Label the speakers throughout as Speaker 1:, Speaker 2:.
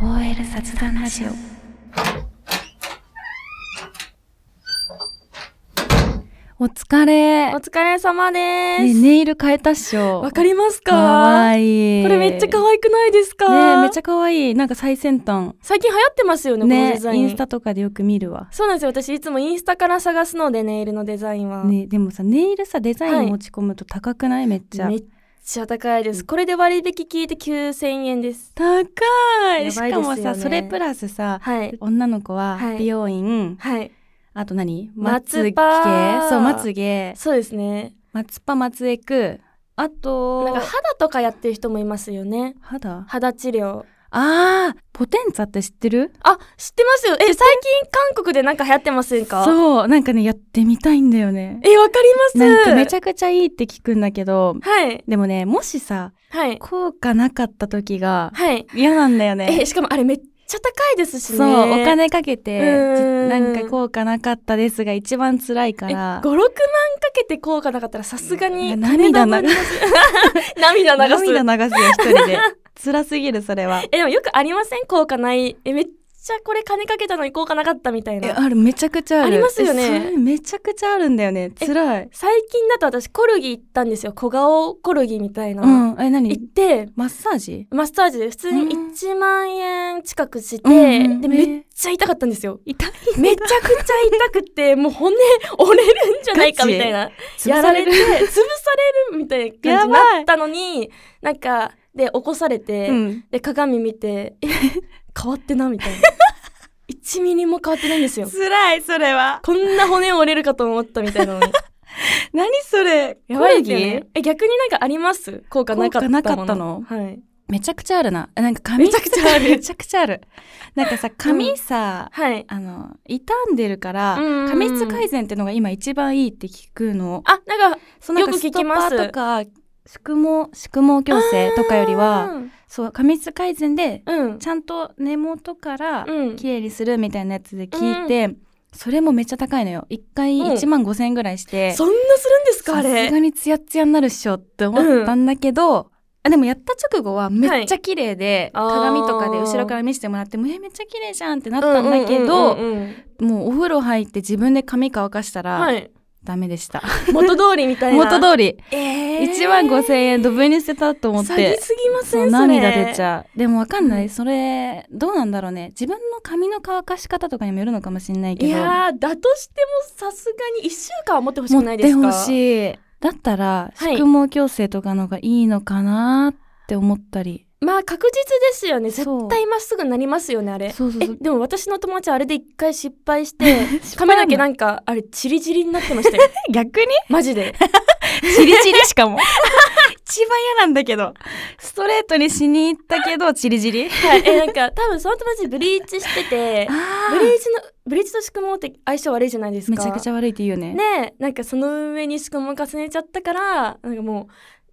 Speaker 1: OL 雑談ラジオお疲れ
Speaker 2: お疲れ様で
Speaker 1: ね
Speaker 2: す。
Speaker 1: ネイル変えたっしょ
Speaker 2: わかりますか
Speaker 1: わいい
Speaker 2: これめっちゃ可愛くないですか
Speaker 1: ねめっちゃ可愛いなんか最先端
Speaker 2: 最近流行ってますよね、この
Speaker 1: ね
Speaker 2: デザイ
Speaker 1: イ
Speaker 2: ン。
Speaker 1: ンスタとかでよく見るわ
Speaker 2: そうなんですよ。私いつもインスタから探すので、ネイルのデザインは。めっ
Speaker 1: ねでもさネイルさデザ
Speaker 2: は
Speaker 1: イン
Speaker 2: い
Speaker 1: 持ち込むと高くないめっちゃ
Speaker 2: ちゃ高いです。これで割引聞いて9000円です。
Speaker 1: 高
Speaker 2: い
Speaker 1: しかも
Speaker 2: やばいですよ
Speaker 1: さ
Speaker 2: ね
Speaker 1: それプラスさ
Speaker 2: はい。
Speaker 1: 女の子は
Speaker 2: はい
Speaker 1: 美容院
Speaker 2: はい。
Speaker 1: あと何
Speaker 2: まつ
Speaker 1: 毛
Speaker 2: ぱ
Speaker 1: そうまつ毛
Speaker 2: そうですね。
Speaker 1: まつぱまつエクあと
Speaker 2: なんか肌とかやってる人もいますよね。
Speaker 1: 肌
Speaker 2: 肌治療。
Speaker 1: あーポテンツァって知ってる
Speaker 2: あ、知ってますよ。え、最近韓国でなんか流行ってませんかう。
Speaker 1: そうなんかねやってみたいんだよね
Speaker 2: え、わかります
Speaker 1: なんかめち
Speaker 2: ゃ
Speaker 1: ゃくちゃいいって聞くんだけど
Speaker 2: はい。
Speaker 1: でもねもしさ
Speaker 2: はい。
Speaker 1: 効果なかった時が
Speaker 2: はい。
Speaker 1: 嫌なんだよね
Speaker 2: え、しかもあれめっちゃ高いですしね。
Speaker 1: そうお金かけて
Speaker 2: うーん
Speaker 1: なんか効果なかったですが一番辛いか
Speaker 2: え
Speaker 1: ら
Speaker 2: 56万かけて効果なかったらさすがに
Speaker 1: 涙流す
Speaker 2: 涙流す
Speaker 1: 涙流すよ一人 で辛すぎるそれは
Speaker 2: えでもよくありません効果ないえめっちゃこれ金かけたのに効果なかったみたい
Speaker 1: え
Speaker 2: な
Speaker 1: あるめちゃくちゃある
Speaker 2: ありますよね
Speaker 1: えそれめちゃくちゃあるんだよね辛い
Speaker 2: 最近だと私コルギ行ったんですよ小顔コルギみたいな、
Speaker 1: うんえ
Speaker 2: 行っ
Speaker 1: 何
Speaker 2: て
Speaker 1: マッサージ
Speaker 2: マッサージで普通に
Speaker 1: うん
Speaker 2: 1万円近くして、
Speaker 1: うんうん
Speaker 2: で
Speaker 1: ね
Speaker 2: めっちゃ痛かったんですよ
Speaker 1: 痛い
Speaker 2: めちゃくちゃ痛くてもう骨折れるんじゃないかみたいなやられて潰されるみたいな感じになったのになんかで起こされて、
Speaker 1: うん
Speaker 2: で鏡見てえ変わってなみた いな1ミリも変わってないんですよ
Speaker 1: 辛いそれは
Speaker 2: こんな骨折れるかと思ったみたいなのに
Speaker 1: 何それ
Speaker 2: やばいです
Speaker 1: コ
Speaker 2: よ
Speaker 1: ルギ
Speaker 2: ねえ逆になんかあります効果なかったもの
Speaker 1: 効果なかったの
Speaker 2: はい
Speaker 1: めちゃくちゃあるななんか髪
Speaker 2: めちゃくちゃある
Speaker 1: めちゃくちゃあるなんかさ髪さ、
Speaker 2: はい
Speaker 1: あの傷んでるから
Speaker 2: うんうんうん
Speaker 1: 髪質改善ってのが今一番いいって聞くの
Speaker 2: あなんか
Speaker 1: そうなんか
Speaker 2: よく聞きます
Speaker 1: ストッパーとか宿毛宿毛矯正とかよりは
Speaker 2: うん
Speaker 1: そう髪質改善で
Speaker 2: うん
Speaker 1: ちゃんと根元から
Speaker 2: うん
Speaker 1: きれいにするみたいなやつで聞いて、それもめっちゃ高いのよ1回
Speaker 2: うん
Speaker 1: 1万5,000円ぐらいして、
Speaker 2: そんなするんですかあ
Speaker 1: さす
Speaker 2: れ
Speaker 1: がにツヤツヤになるっしょって思ったんだけど、あでもやった直後はめっちゃ綺麗で、
Speaker 2: はいあー
Speaker 1: 鏡とかで後ろから見せてもらってもうえめっちゃ綺麗じゃんってなったんだけど、
Speaker 2: うんうんうんうん
Speaker 1: もうお風呂入って自分で髪乾かしたら、
Speaker 2: はい
Speaker 1: ダメでした
Speaker 2: 元通りみたいな
Speaker 1: 元通り、
Speaker 2: えー
Speaker 1: 1万5,000円ドブに捨てたと思っ
Speaker 2: 詐欺
Speaker 1: て。
Speaker 2: すぎません
Speaker 1: そう
Speaker 2: れ
Speaker 1: 涙出ちゃうでもわかんない、
Speaker 2: うん
Speaker 1: それどうなんだろうね自分の髪の乾かし方とかにもよるのかもしれないけ
Speaker 2: い
Speaker 1: ど
Speaker 2: やーだとしてもさすがに1週間は持ってほし
Speaker 1: 持
Speaker 2: く
Speaker 1: っ
Speaker 2: ないで
Speaker 1: て
Speaker 2: すか
Speaker 1: ほしいだったら
Speaker 2: はい
Speaker 1: 宿毛矯正とかのがいいのかなって思ったり、
Speaker 2: まあ確実ですよね絶
Speaker 1: そう
Speaker 2: 対まっすぐなりますよねあれ
Speaker 1: そうそう
Speaker 2: え
Speaker 1: そう
Speaker 2: でも私の友達あれで一回失敗して 髪の毛なんかあれチリチリになってましたよ
Speaker 1: 逆に
Speaker 2: マジで
Speaker 1: チリチリしかも 一番嫌なんだけどストレートにしに行ったけどチリチリ
Speaker 2: はいえなんか多分その友達ブリーチしててブ
Speaker 1: あ
Speaker 2: リーチのブリーチと宿毛って相性悪いじゃないです
Speaker 1: め
Speaker 2: か
Speaker 1: ちゃくちゃ悪いって言うよね
Speaker 2: ねなんかその上に宿毛重ねちゃったからなんかも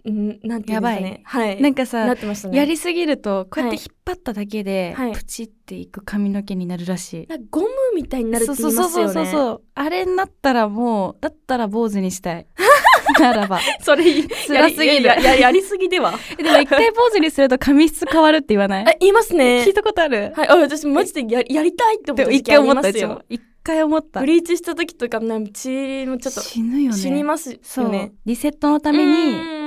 Speaker 2: うんなんていうんですかねはい
Speaker 1: なんかさ
Speaker 2: なってましたね
Speaker 1: やりすぎるとこうやって
Speaker 2: は
Speaker 1: 引っ張っただけで、
Speaker 2: はい
Speaker 1: プチっていく髪の毛になるらしい
Speaker 2: なんかゴムみたいになるって言いますよね
Speaker 1: そうそうそうそうそうあれになったらもうだったら坊主にした いならば
Speaker 2: それ
Speaker 1: 辛すぎる
Speaker 2: ややややりすぎでは
Speaker 1: えでも一回坊主にすると髪質変わるって言わない
Speaker 2: あ言いますね
Speaker 1: 聞いたことある
Speaker 2: はいあ私マジでややりたいって思
Speaker 1: で
Speaker 2: っ
Speaker 1: も
Speaker 2: た時期
Speaker 1: 一回
Speaker 2: あり
Speaker 1: 思っ
Speaker 2: ま
Speaker 1: た
Speaker 2: す
Speaker 1: でしょ
Speaker 2: よ
Speaker 1: 一回思った
Speaker 2: ブリーチした時とかなんか血もちょっと
Speaker 1: 死ぬよね
Speaker 2: 死にますよね
Speaker 1: そうリセットのため
Speaker 2: うん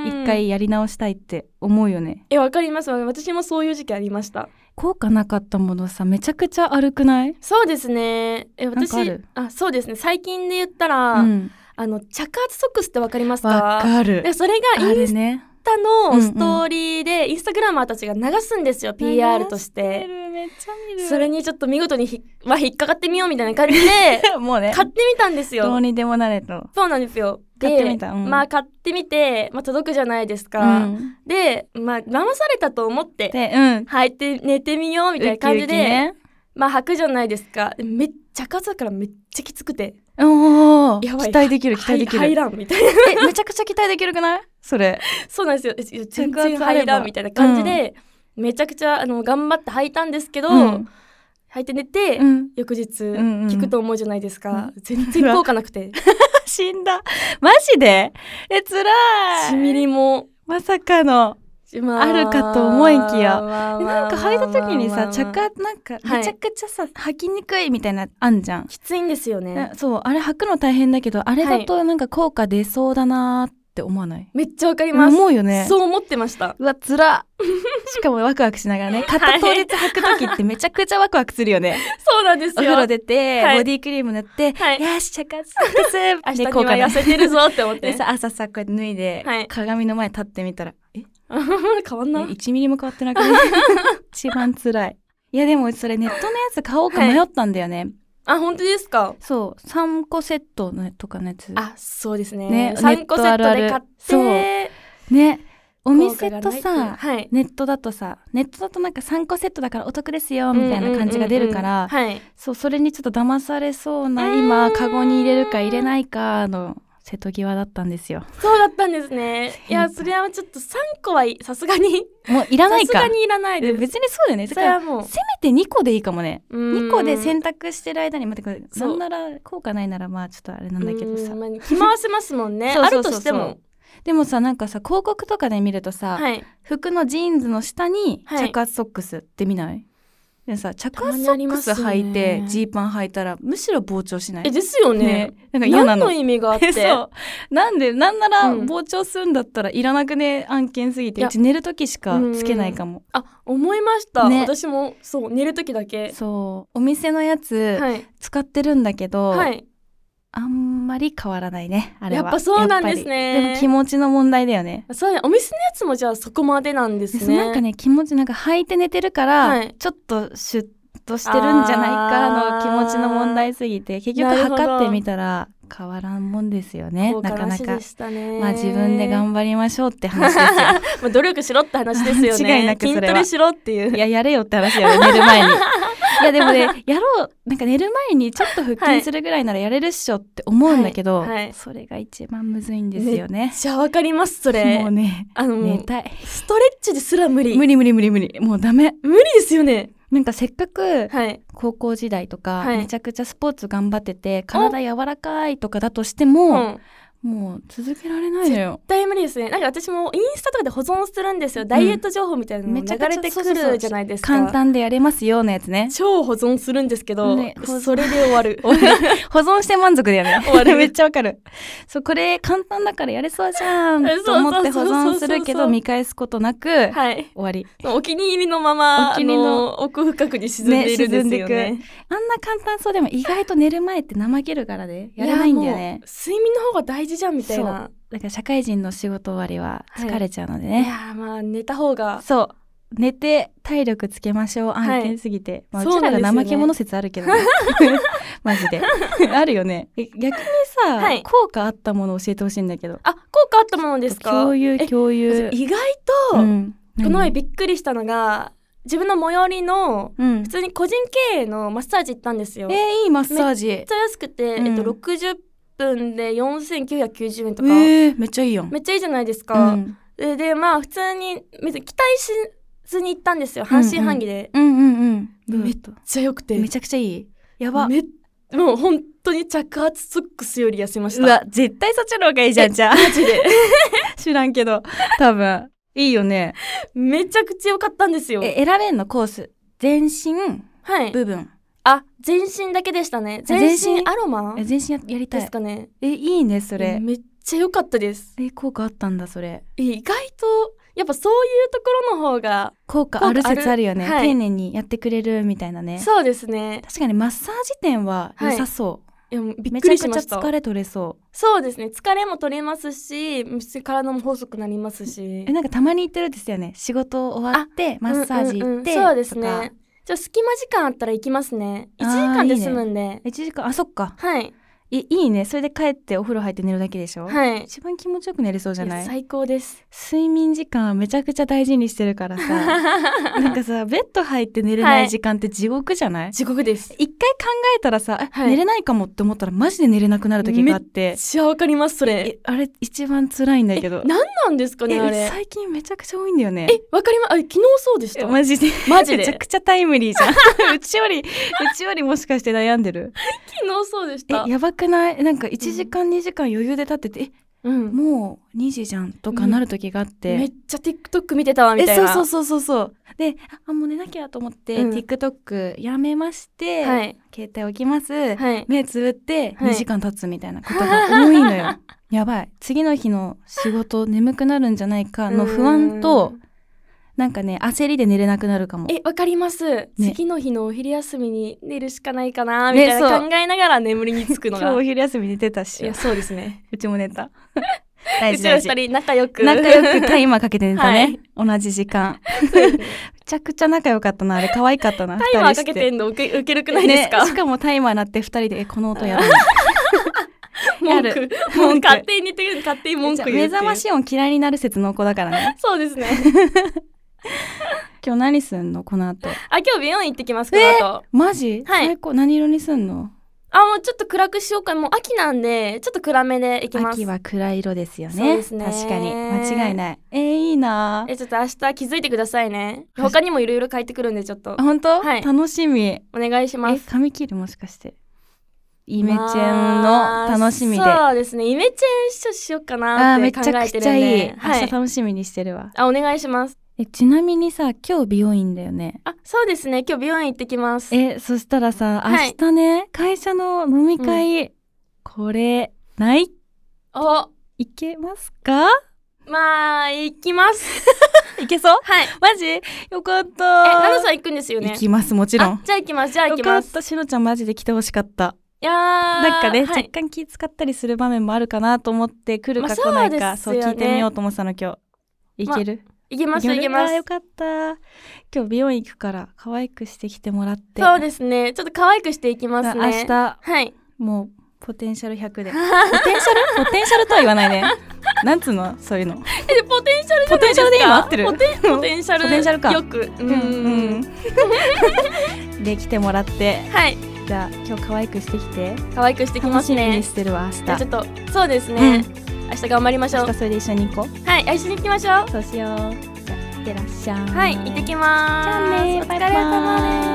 Speaker 1: に一回やり直したいって思うよね
Speaker 2: えわかります私もそういう時期ありました
Speaker 1: 効果なかったものさめちゃくちゃ悪くない
Speaker 2: そうですねえ
Speaker 1: なん
Speaker 2: 私
Speaker 1: かある
Speaker 2: あそうですね最近で言ったら、
Speaker 1: うん
Speaker 2: あの着圧ソックスってわかります
Speaker 1: わ
Speaker 2: か
Speaker 1: かる
Speaker 2: でそれ
Speaker 1: あ
Speaker 2: がイン
Speaker 1: る
Speaker 2: ス
Speaker 1: ね
Speaker 2: タ
Speaker 1: うん
Speaker 2: の
Speaker 1: うん
Speaker 2: ストーリーでインスタグラマーたちが流すんですよ PR として
Speaker 1: めっちゃ見る
Speaker 2: それにちょっと見事にひ、まあ、引っかかってみようみたいな感じ で
Speaker 1: もうね
Speaker 2: 買ってみたんですよ
Speaker 1: どうにでもなれと
Speaker 2: そうなんですよ。で
Speaker 1: 買ってみたうん
Speaker 2: まあ買ってみて、まあ、届くじゃないです
Speaker 1: う
Speaker 2: か。
Speaker 1: ん
Speaker 2: で、まあ騙されたと思って、
Speaker 1: でうん
Speaker 2: 履いて寝てみようみたいな感じで、
Speaker 1: ウキウキね
Speaker 2: まあ履くじゃないですか。でめっちゃ数だからめっちゃきつくて、
Speaker 1: おお期
Speaker 2: やばい
Speaker 1: 待できる期待でき
Speaker 2: はい入
Speaker 1: る
Speaker 2: らんみたいな。
Speaker 1: えめちゃくちゃ期待できるくないそれ
Speaker 2: そうなんですよえ。全
Speaker 1: 着
Speaker 2: 然
Speaker 1: 圧あれば
Speaker 2: 入らんみたいな感じで、めちゃくちゃあの頑張って履いたんですけど、
Speaker 1: うん
Speaker 2: 履いて寝て、
Speaker 1: うん
Speaker 2: 翌日、
Speaker 1: んうん
Speaker 2: 聞くと思うじゃないですか、
Speaker 1: う
Speaker 2: 全然効果なくて
Speaker 1: 死んだマジでえつらい
Speaker 2: 1ミリも
Speaker 1: まさかのまあ、あるかと思いきや、まあまあ、なんか履いた時にさ、まあ、着火なんかめちゃくちゃさ、はい、履きにくいみたいなあんじゃん
Speaker 2: きついんですよね
Speaker 1: そうあれ履くの大変だけどあれだとなんか効果出そうだなって思わない、はい、
Speaker 2: めっちゃわかります
Speaker 1: 思うよね
Speaker 2: そう思ってました
Speaker 1: うわつら しかもワクワクしながら ね買った当日履く時ってめちゃくちゃワクワクするよ ね
Speaker 2: そうなんですよ
Speaker 1: お風呂出て、はい、ボディクリーム塗って、はい、よし着火する
Speaker 2: 明日には痩せてるぞって思って
Speaker 1: でさ 朝さこうやって脱いで、はい、鏡の前立ってみたらえ
Speaker 2: 変わんない
Speaker 1: 1ミリも変わってなく て一番辛いいやでもそれネットのやつ買おうか迷ったんだよね、はい、
Speaker 2: あ本当ですか
Speaker 1: そう3個セットのとかのやつ
Speaker 2: あそうですねね3個セットで買って
Speaker 1: そうねお店とさ、はい、ネットだとさネットだとなんか3個セットだからお得ですよみたいな感じが出るから、そうそれにちょっと騙されそうな今カゴに入れるか入れないかの瀬戸際だったんですよ。
Speaker 2: そうだったんですね。いや、それはちょっと3個はさすがに。
Speaker 1: もういらない
Speaker 2: さ
Speaker 1: か。
Speaker 2: すがにいらないです。
Speaker 1: 別にそうだよね。それはもう。せめて2個でいいかもね。2個で選択してる間に、また、なんなら効果ないなら、まあちょっとあれなんだけどさ。まあ、
Speaker 2: 気回せますもんね。あるとしても。
Speaker 1: でもさなんかさ広告とかで見るとさ、はい、服のジーンズの下に着圧ソックスって見ない、はいでさ、チャカソックス履いて、ジーパン履いたら、むしろ膨張しない。。
Speaker 2: え、ですよね。ねなんか嫌なの。何の意味があって。そう
Speaker 1: なんで、なんなら膨張するんだったらいらなくね、案件すぎて。うち寝る時しかつけないかも。
Speaker 2: あ、思いました。ね、私も、そう、寝る時だけ。
Speaker 1: そう。お店のやつ、はい、使ってるんだけど、はい、あんまり変わらないね、あれは。
Speaker 2: やっぱそうなんですね。
Speaker 1: でも気持ちの問題だよね。
Speaker 2: そうね、お店のやつもじゃあそこまでなんですね。
Speaker 1: なんかね、気持ちなんか履いて寝てるから、はい、ちょっとシュッとしてるんじゃないかの気持ちの問題すぎて、結局測ってみたら変わらんもんですよね、なかなか。まあ自分で頑張りましょうって 話です
Speaker 2: よ。まあ努力しろって話ですよ ね。
Speaker 1: 違いなく
Speaker 2: 筋トレしろっていう。
Speaker 1: いや、やれよって話よね、寝る前に。いやでもね、やろう、なんか寝る前にちょっと腹筋するぐらいならやれるっしょって思うんだけど、はいはいはい、それが一番むずいんですよね。めっ
Speaker 2: ちゃわかります、それ。
Speaker 1: もうね、
Speaker 2: あの、
Speaker 1: 寝たい。
Speaker 2: ストレッチですら無理。
Speaker 1: 無理無理無理無理。もうダメ。
Speaker 2: 無理ですよね。
Speaker 1: なんかせっかく高校時代とかめちゃくちゃスポーツ頑張ってて体柔らかいとかだとしても、うん、もう続けられないのよ
Speaker 2: 絶対無理ですねなんか私もインスタとかで保存するんですよ、うん、ダイエット情報みたいなのも流れてくるじゃないですか
Speaker 1: 簡単でやれますよのやつ ね
Speaker 2: 超保存するんですけど、ね、それで終 わる
Speaker 1: 保存して満足だよね終わる めっちゃわかるそうこれ簡単だからやれそうじゃんと思って保存するけど見返すことなく、はい、終わり
Speaker 2: お気に入りのままお気に入りの奥深くに沈んでいるんですよね、ね、
Speaker 1: あんな簡単そうでも意外と寝る前って怠けるからで、ね、やらないんだよね
Speaker 2: 睡眠の方が大事じゃんみたいな
Speaker 1: だから社会人の仕事終わりは疲れちゃうのでね、
Speaker 2: はい、いやまあ寝た方が
Speaker 1: そう寝て体力つけましょう案件すぎて、はい、まあ、うちらが怠け者説あるけど、 ね、マジであるよね逆にさ、はい、効果あったもの教えてほしいんだけど
Speaker 2: あ効果あったものですか
Speaker 1: 共有共有
Speaker 2: 意外と、うん、この前びっくりしたのが自分の最寄りの、うん、普通に個人経営のマッサージ行ったんですよ。
Speaker 1: えー、いいマッサージ。め
Speaker 2: っちゃ安くて、うん、えっと、60分で4990円とか、
Speaker 1: えー、めっちゃいいやん
Speaker 2: めっちゃいいじゃないですか、うん、ででまあ普通に別に期待しずに行ったんですよ半信半疑で、
Speaker 1: うんうん、うんうん
Speaker 2: めっちゃ良くて
Speaker 1: めちゃくちゃいいやば
Speaker 2: めもう本当に着圧ソックスより痩せました
Speaker 1: うわ絶対そっちの方がいいじゃんじゃあ
Speaker 2: マジで
Speaker 1: 知らんけど多分いいよね
Speaker 2: めちゃくちゃ良かったんですよ
Speaker 1: え選べんのコース全身、はい、部分、
Speaker 2: あ、全身だけでしたね。全身アロマ
Speaker 1: 全身やりたい。
Speaker 2: ですかね。
Speaker 1: え、いいね、それ。
Speaker 2: めっちゃ良かったです。
Speaker 1: え、効果あったんだ、それ。
Speaker 2: え、意外と、やっぱそういうところの方が。
Speaker 1: 効果ある説あるよね、はい、丁寧にやってくれるみたいなね。
Speaker 2: そうですね。、
Speaker 1: 確かにマッサージ店は良さそう。はい
Speaker 2: いやもうびっくりしま
Speaker 1: した。めちゃくちゃ疲れ取れそう。
Speaker 2: そうですね。疲れも取れますし、体も細くなりますし。
Speaker 1: え、なんかたまに行ってるんですよね。仕事終わって、マッサージ行って、
Speaker 2: うんうんうん、そうですね。じゃ隙間時間あったら行きますね。1時間で済むんで。い,いね、
Speaker 1: 1時間、あ、そっか。
Speaker 2: はい。
Speaker 1: いいね。それで帰ってお風呂入って寝るだけでしょ
Speaker 2: はい。
Speaker 1: 一番気持ちよく寝れそうじゃない
Speaker 2: 最高です。
Speaker 1: 睡眠時間めちゃくちゃ大事にしてるからさ。 なんかさ、ベッド入って寝れない時間って地獄じゃない、はい、
Speaker 2: 地獄です。
Speaker 1: 一回考えたらさ、はい、寝れないかもって思ったらマジで寝れなくなる時があって。めっ
Speaker 2: ちゃわかります、それ。
Speaker 1: あれ一番辛いんだけど。
Speaker 2: 何なんですかね、あれ。
Speaker 1: 最近めちゃくちゃ多いんだよね。
Speaker 2: え、わかります。あ、昨日そうでした。
Speaker 1: マジで。
Speaker 2: マジで。
Speaker 1: めちゃくちゃタイムリーじゃん。う ちより、うちよりもしかして悩んでる。
Speaker 2: 昨日そうでした。
Speaker 1: やばくないなんか1時間2時間余裕で立ってて、うん、えうん、もう2時じゃんとかなる時があって、うん、
Speaker 2: めっちゃ TikTok 見てたわみたいな
Speaker 1: そうそうそうそうであもう寝なきゃと思って、うん、TikTok やめまして、はい、携帯置きます、はい、目つぶって2時間経つみたいなことが多いのよ、 はい、やばい次の日の仕事眠くなるんじゃないかの不安となんかね焦りで寝れなくなるかも
Speaker 2: えわかります、ね、次の日のお昼休みに寝るしかないかなみたいな、ね、考えながら眠りにつくのが、
Speaker 1: 今日お昼休み寝てたし
Speaker 2: いやそうですね
Speaker 1: うちも寝 た
Speaker 2: 大事大事うち二人仲良く
Speaker 1: 仲良くタイマーかけて寝たね、はい、同じ時間 めちゃくちゃ仲良かったなあれ可愛かったな
Speaker 2: タイマーかけてんのウケウケるくないですか、
Speaker 1: ね、しかもタイマーなって二人でこの音やる
Speaker 2: 文句文句勝手にて勝手に 文句
Speaker 1: 目覚まし音嫌いになる説の子だからね
Speaker 2: そうですね
Speaker 1: 今日何すんのこの後
Speaker 2: あ今日美容院行ってきますこの後
Speaker 1: マジ、はい、最高何色にすんの
Speaker 2: あもうちょっと暗くしようかもう秋なんでちょっと暗めでいきます
Speaker 1: 秋は暗い色ですよね、ね、確かに間違いないえー、いいな
Speaker 2: えちょっと明日気づいてくださいね他にもいろいろ書いてくるんでちょっと
Speaker 1: 本当、はい、楽しみ
Speaker 2: お願いします
Speaker 1: 髪切るもしかしてイメチェンの楽しみで、
Speaker 2: あ、
Speaker 1: ま
Speaker 2: そうですねイメチェンしようかなって考えてるんでめちゃくちゃい
Speaker 1: い、はい、明日楽しみにしてるわ
Speaker 2: あお願いします
Speaker 1: えちなみにさ今日美容院だよね
Speaker 2: あそうですね今日美容院行ってきます
Speaker 1: えそしたらさ明日ね、はい、会社の飲み会、うん、これない
Speaker 2: お
Speaker 1: いけますか
Speaker 2: まあ行きます
Speaker 1: いけそう
Speaker 2: はい
Speaker 1: マジよかった
Speaker 2: えナナさん行くんですよね
Speaker 1: 行きますもちろん
Speaker 2: じゃあ行きますじゃあ行きます
Speaker 1: よかったしのちゃんマジで来てほしかった
Speaker 2: いや
Speaker 1: なんかね、はい、若干気使ったりする場面もあるかなと思って来るか来ないか、まあそ,うね、そう聞いてみようと思ってたの今日いける、ま
Speaker 2: いけますいけます。
Speaker 1: よかった。今日美容院行くから可愛くしてきてもらって。
Speaker 2: そうですね。ちょっと可愛くしていきますね。
Speaker 1: 明日、
Speaker 2: はい。
Speaker 1: もうポテンシャル100で。ポテンシ ャルポテンシャルとは言わないね。なんつうのそういうの。
Speaker 2: えポテンシャル
Speaker 1: ポテンシャルで今合ってる。
Speaker 2: ポテポテンシャル。
Speaker 1: ポテンシャルか。
Speaker 2: よく。うん。
Speaker 1: うん、で来てもらって。
Speaker 2: はい。
Speaker 1: じゃあ今日可愛くしてきて。
Speaker 2: 可愛くしてきますね。
Speaker 1: にしてるわ明日。
Speaker 2: ちょっとそうですね。うん明日頑張りましょう
Speaker 1: 明日それで一緒に行こ
Speaker 2: うはい一緒に行きましょう
Speaker 1: そうしようじゃあいってらっしゃい
Speaker 2: はい行ってきます
Speaker 1: じゃあねお疲れ様です